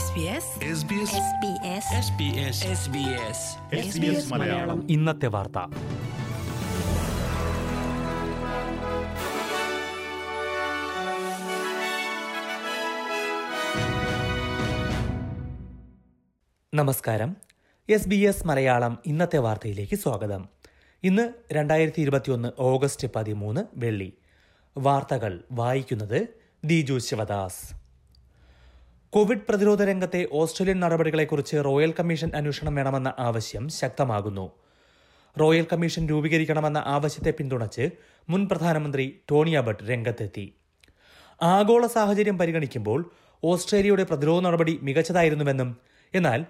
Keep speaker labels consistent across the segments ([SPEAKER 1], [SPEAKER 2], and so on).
[SPEAKER 1] SBS
[SPEAKER 2] Malayalam
[SPEAKER 3] ഇന്നത്തെ വാർത്ത നമസ്കാരം എസ് ബി എസ് മലയാളം ഇന്നത്തെ വാർത്തയിലേക്ക് സ്വാഗതം ഇന്ന് രണ്ടായിരത്തി ഇരുപത്തിയൊന്ന് ഓഗസ്റ്റ് പതിമൂന്ന് വെള്ളി വാർത്തകൾ വായിക്കുന്നത് ദിജു ശിവദാസ് കോവിഡ് പ്രതിരോധ രംഗത്തെ ഓസ്ട്രേലിയൻ നടപടികളെക്കുറിച്ച് റോയൽ കമ്മീഷൻ അന്വേഷണം വേണമെന്ന ആവശ്യം ശക്തമാകുന്നു റോയൽ കമ്മീഷൻ രൂപീകരിക്കണമെന്ന ആവശ്യത്തെ പിന്തുണച്ച് മുൻ പ്രധാനമന്ത്രി ടോണി അബട്ട് രംഗത്തെത്തി ആഗോള സാഹചര്യം പരിഗണിക്കുമ്പോൾ ഓസ്ട്രേലിയയുടെ പ്രതിരോധ നടപടി മികച്ചതായിരുന്നുവെന്നും എന്നാൽ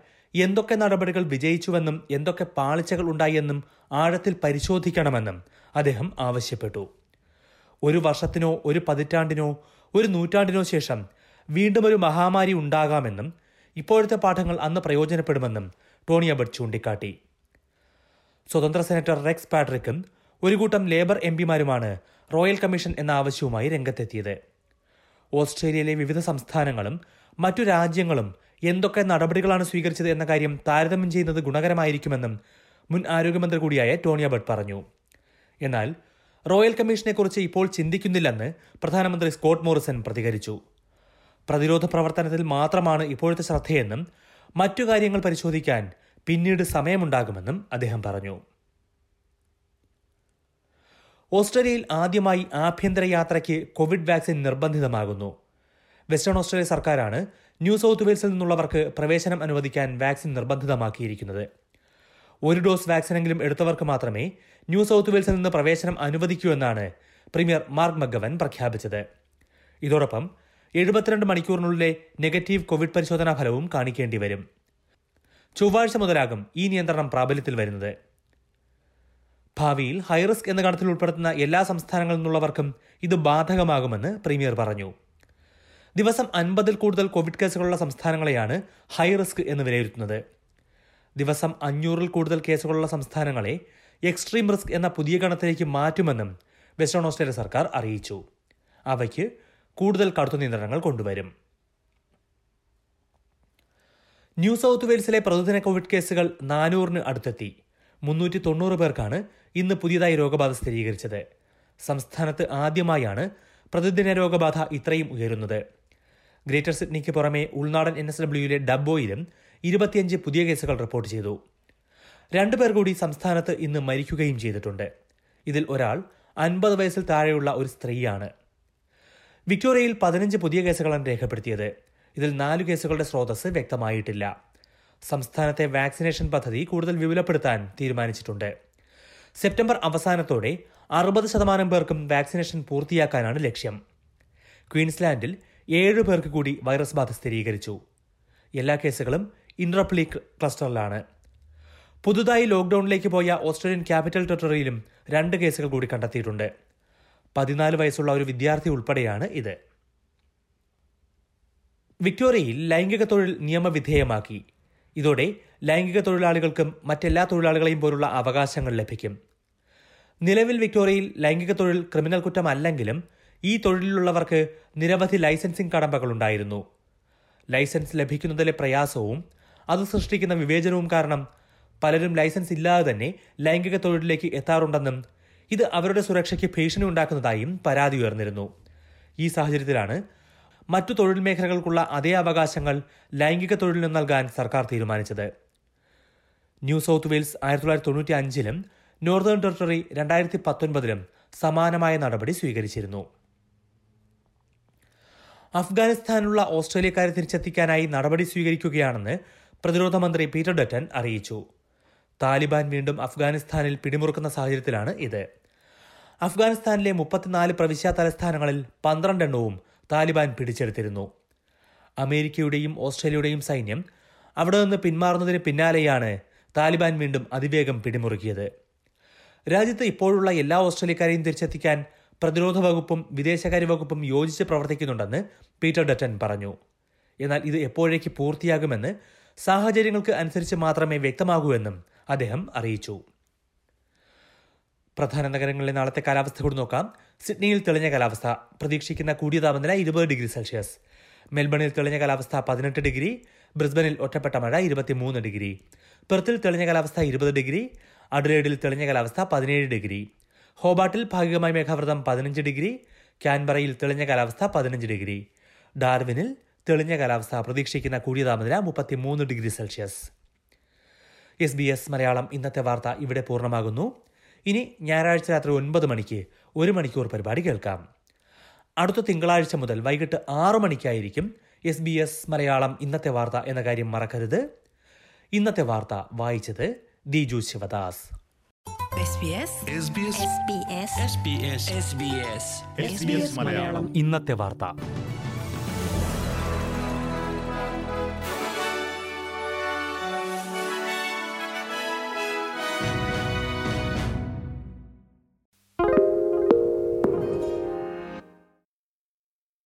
[SPEAKER 3] എന്തൊക്കെ നടപടികൾ വിജയിച്ചുവെന്നും എന്തൊക്കെ പാളിച്ചകൾ ഉണ്ടായെന്നും ആഴത്തിൽ പരിശോധിക്കണമെന്നും അദ്ദേഹം ആവശ്യപ്പെട്ടു ഒരു വർഷത്തിനോ ഒരു പതിറ്റാണ്ടിനോ ഒരു നൂറ്റാണ്ടിനോ ശേഷം വീണ്ടും ഒരു മഹാമാരി ഉണ്ടാകാമെന്നും ഇപ്പോഴത്തെ പാഠങ്ങൾ അന്ന് പ്രയോജനപ്പെടുമെന്നും ടോണി അബട്ട് ചൂണ്ടിക്കാട്ടി സ്വതന്ത്ര സെനറ്റർ റെക്സ് പാട്രിക്കും ഒരു കൂട്ടം ലേബർ എം പിമാരുമാണ് റോയൽ കമ്മീഷൻ എന്ന ആവശ്യവുമായി രംഗത്തെത്തിയത് ഓസ്ട്രേലിയയിലെ വിവിധ സംസ്ഥാനങ്ങളും മറ്റു രാജ്യങ്ങളും എന്തൊക്കെ നടപടികളാണ് സ്വീകരിച്ചത് എന്ന കാര്യം താരതമ്യം ചെയ്യുന്നത് ഗുണകരമായിരിക്കുമെന്നും മുൻ ആരോഗ്യമന്ത്രി കൂടിയായ ടോണി അബട്ട് പറഞ്ഞു എന്നാൽ റോയൽ കമ്മീഷനെക്കുറിച്ച് ഇപ്പോൾ ചിന്തിക്കുന്നില്ലെന്ന് പ്രധാനമന്ത്രി സ്കോട്ട് മോറിസൺ പ്രതികരിച്ചു പ്രതിരോധ പ്രവർത്തനത്തിൽ മാത്രമാണ് ഇപ്പോഴത്തെ ശ്രദ്ധയെന്നും മറ്റു കാര്യങ്ങൾ പരിശോധിക്കാൻ പിന്നീട് സമയമുണ്ടാകുമെന്നും അദ്ദേഹം പറഞ്ഞു ഓസ്ട്രേലിയയിൽ ആദ്യമായി ആഭ്യന്തര യാത്രയ്ക്ക് കോവിഡ് വാക്സിൻ നിർബന്ധിതമാകുന്നു വെസ്റ്റേൺ ഓസ്ട്രേലിയ സർക്കാരാണ് ന്യൂ സൗത്ത് വെയിൽസിൽ നിന്നുള്ളവർക്ക് പ്രവേശനം അനുവദിക്കാൻ വാക്സിൻ നിർബന്ധിതമാക്കിയിരിക്കുന്നത് ഒരു ഡോസ് വാക്സിനെങ്കിലും എടുത്തവർക്ക് മാത്രമേ ന്യൂ സൗത്ത് വെയിൽസിൽ നിന്ന് പ്രവേശനം അനുവദിക്കൂ എന്നാണ് പ്രീമിയർ മാർക്ക് മഗവൻ പ്രഖ്യാപിച്ചത് ഇതോടൊപ്പം എഴുപത്തിരണ്ട് മണിക്കൂറിനുള്ളിലെ നെഗറ്റീവ് കോവിഡ് പരിശോധനാ ഫലവും കാണിക്കേണ്ടി വരും ചൊവ്വാഴ്ച മുതലാകും ഈ നിയന്ത്രണം പ്രാബല്യത്തിൽ വരുന്നത് ഭാവിയിൽ ഹൈറിസ്ക് എന്ന ഗണത്തിൽ ഉൾപ്പെടുത്തുന്ന എല്ലാ സംസ്ഥാനങ്ങളിൽ നിന്നുള്ളവർക്കും ഇത് ബാധകമാകുമെന്ന് പ്രീമിയർ പറഞ്ഞു ദിവസം അൻപതിൽ കൂടുതൽ കോവിഡ് കേസുകളുള്ള സംസ്ഥാനങ്ങളെയാണ് ഹൈ റിസ്ക് എന്ന് വിലയിരുത്തുന്നത് ദിവസം അഞ്ഞൂറിൽ കൂടുതൽ കേസുകളുള്ള സംസ്ഥാനങ്ങളെ എക്സ്ട്രീം റിസ്ക് എന്ന പുതിയ ഗണത്തിലേക്ക് മാറ്റുമെന്നും വെസ്റ്റേൺ ഓസ്ട്രേലിയ സർക്കാർ അറിയിച്ചു അവയ്ക്ക് കൂടുതൽ കടുത്ത നിയന്ത്രണങ്ങൾ കൊണ്ടുവരും ന്യൂ സൗത്ത് വെയിൽസിലെ പ്രതിദിന കോവിഡ് കേസുകൾ നാനൂറിന് അടുത്തെത്തി മുന്നൂറ്റി തൊണ്ണൂറ് പേർക്കാണ് ഇന്ന് പുതിയതായി രോഗബാധ സ്ഥിരീകരിച്ചത് സംസ്ഥാനത്ത് ആദ്യമായാണ് പ്രതിദിന രോഗബാധ ഇത്രയും ഉയരുന്നത് ഗ്രേറ്റർ സിഡ്നിക്ക് പുറമെ ഉൾനാടൻ എൻ എസ് ഡബ്ല്യുയിലെ ഡബ്ബോയിലും ഇരുപത്തിയഞ്ച് പുതിയ കേസുകൾ റിപ്പോർട്ട് ചെയ്തു രണ്ടു പേർ കൂടി സംസ്ഥാനത്ത് ഇന്ന് മരിക്കുകയും ചെയ്തിട്ടുണ്ട് ഇതിൽ ഒരാൾ അൻപത് വയസ്സിൽ താഴെയുള്ള ഒരു സ്ത്രീയാണ് വിക്ടോറിയയിൽ പതിനഞ്ച് പുതിയ കേസുകളാണ് രേഖപ്പെടുത്തിയത് ഇതിൽ നാല് കേസുകളുടെ സ്രോതസ് വ്യക്തമായിട്ടില്ല സംസ്ഥാനത്തെ വാക്സിനേഷൻ പദ്ധതി കൂടുതൽ വിപുലപ്പെടുത്താൻ തീരുമാനിച്ചിട്ടുണ്ട് സെപ്റ്റംബർ അവസാനത്തോടെ അറുപത് ശതമാനം പേർക്കും വാക്സിനേഷൻ പൂർത്തിയാക്കാനാണ് ലക്ഷ്യം ക്വീൻസ്ലാൻഡിൽ ഏഴ് പേർക്ക് കൂടി വൈറസ് ബാധ സ്ഥിരീകരിച്ചു എല്ലാ കേസുകളും ഇൻട്രപ്ലി ക്ലസ്റ്ററിലാണ് പുതുതായി ലോക്ക്ഡൌണിലേക്ക് പോയ ഓസ്ട്രേലിയൻ ക്യാപിറ്റൽ ടെറിട്ടറിയിലും രണ്ട് കേസുകൾ കൂടി കണ്ടെത്തിയിട്ടുണ്ട് പതിനാല് വയസ്സുള്ള ഒരു വിദ്യാർത്ഥി ഉൾപ്പെടെയാണ് ഇത് വിക്ടോറിയയിൽ ലൈംഗിക തൊഴിൽ നിയമവിധേയമാക്കി ഇതോടെ ലൈംഗിക തൊഴിലാളികൾക്കും മറ്റെല്ലാ തൊഴിലാളികളെയും പോലുള്ള അവകാശങ്ങൾ ലഭിക്കും നിലവിൽ വിക്ടോറിയയിൽ ലൈംഗിക തൊഴിൽ ക്രിമിനൽ കുറ്റമല്ലെങ്കിലും ഈ തൊഴിലിലുള്ളവർക്ക് നിരവധി ലൈസൻസിംഗ് കടമ്പകളുണ്ടായിരുന്നു ലൈസൻസ് ലഭിക്കുന്നതിലെ പ്രയാസവും അത് സൃഷ്ടിക്കുന്ന വിവേചനവും കാരണം പലരും ലൈസൻസ് ഇല്ലാതെ തന്നെ ലൈംഗിക തൊഴിലിലേക്ക് എത്താറുണ്ടെന്നും ഇത് അവരുടെ സുരക്ഷയ്ക്ക് ഭീഷണി ഉണ്ടാക്കുന്നതായും പരാതി ഉയർന്നിരുന്നു ഈ സാഹചര്യത്തിലാണ് മറ്റു തൊഴിൽ മേഖലകൾക്കുള്ള അതേ അവകാശങ്ങൾ ലൈംഗിക തൊഴിലിന് നൽകാൻ സർക്കാർ തീരുമാനിച്ചത് ന്യൂ സൗത്ത് വെയിൽസ് ആയിരത്തി തൊള്ളായിരത്തി തൊണ്ണൂറ്റി അഞ്ചിലും നോർത്തേൺ ടെറിട്ടറി രണ്ടായിരത്തി പത്തൊൻപതിലും സമാനമായ നടപടി സ്വീകരിച്ചിരുന്നു അഫ്ഗാനിസ്ഥാനിലുള്ള ഓസ്ട്രേലിയക്കാരെ തിരിച്ചെത്തിക്കാനായി നടപടി സ്വീകരിക്കുകയാണെന്ന് പ്രതിരോധ മന്ത്രി പീറ്റർ ഡറ്റൻ അറിയിച്ചു താലിബാൻ വീണ്ടും അഫ്ഗാനിസ്ഥാനിൽ പിടിമുറുക്കുന്ന സാഹചര്യത്തിലാണ് ഇത് അഫ്ഗാനിസ്ഥാനിലെ മുപ്പത്തിനാല് പ്രവിശ്യാ തലസ്ഥാനങ്ങളിൽ പന്ത്രണ്ടെണ്ണവും താലിബാൻ പിടിച്ചെടുത്തിരുന്നു അമേരിക്കയുടെയും ഓസ്ട്രേലിയയുടെയും സൈന്യം അവിടെ നിന്ന് പിന്മാറുന്നതിന് പിന്നാലെയാണ് താലിബാൻ വീണ്ടും അതിവേഗം പിടിമുറുക്കിയത് രാജ്യത്ത് ഇപ്പോഴുള്ള എല്ലാ ഓസ്ട്രേലിയക്കാരെയും തിരിച്ചെത്തിക്കാൻ പ്രതിരോധ വകുപ്പും വിദേശകാര്യ വകുപ്പും യോജിച്ച് പ്രവർത്തിക്കുന്നുണ്ടെന്ന് പീറ്റർ ഡറ്റൻ പറഞ്ഞു എന്നാൽ ഇത് എപ്പോഴേക്ക് പൂർത്തിയാകുമെന്ന് സാഹചര്യങ്ങൾക്ക് അനുസരിച്ച് മാത്രമേ വ്യക്തമാകൂ എന്നും അദ്ദേഹം അറിയിച്ചു പ്രധാന നഗരങ്ങളിലെ നാളത്തെ കാലാവസ്ഥ കൂടി നോക്കാം സിഡ്നിയിൽ തെളിഞ്ഞ കാലാവസ്ഥ പ്രതീക്ഷിക്കുന്ന കൂടിയ താപനില ഇരുപത് ഡിഗ്രി സെൽഷ്യസ് മെൽബണിൽ തെളിഞ്ഞ കാലാവസ്ഥ പതിനെട്ട് ഡിഗ്രി ബ്രിസ്ബനിൽ ഒറ്റപ്പെട്ട മഴ ഇരുപത്തിമൂന്ന് ഡിഗ്രി പെർത്തിൽ തെളിഞ്ഞ കാലാവസ്ഥ ഇരുപത് ഡിഗ്രി അഡ്രേഡിൽ തെളിഞ്ഞ കാലാവസ്ഥ പതിനേഴ് ഡിഗ്രി ഹോബാട്ടിൽ ഭാഗികമായി മേഘാവൃതം പതിനഞ്ച് ഡിഗ്രി ക്യാൻബറയിൽ തെളിഞ്ഞ കാലാവസ്ഥ പതിനഞ്ച് ഡിഗ്രി ഡാർവിനിൽ തെളിഞ്ഞ കാലാവസ്ഥ പ്രതീക്ഷിക്കുന്ന കൂടിയ താപനില മുപ്പത്തിമൂന്ന് degree Celsius S B S Malayalam ഇന്നത്തെ വാർത്ത ഇവിടെ പൂർണ്ണമാകുന്നു ഇനി ഞായറാഴ്ച രാത്രി ഒൻപത് മണിക്ക് ഒരു മണിക്കൂർ പരിപാടി കേൾക്കാം അടുത്ത തിങ്കളാഴ്ച മുതൽ വൈകിട്ട് ആറു മണിക്കായിരിക്കും എസ് ബി എസ് മലയാളം ഇന്നത്തെ വാർത്ത എന്ന കാര്യം മറക്കരുത് ഇന്നത്തെ വാർത്ത വായിച്ചത് Diju Sivadas
[SPEAKER 1] SBS
[SPEAKER 2] SBS
[SPEAKER 1] SBS
[SPEAKER 2] SBS SBS
[SPEAKER 4] SBS Malayalam
[SPEAKER 3] ഇന്നത്തെ വാർത്ത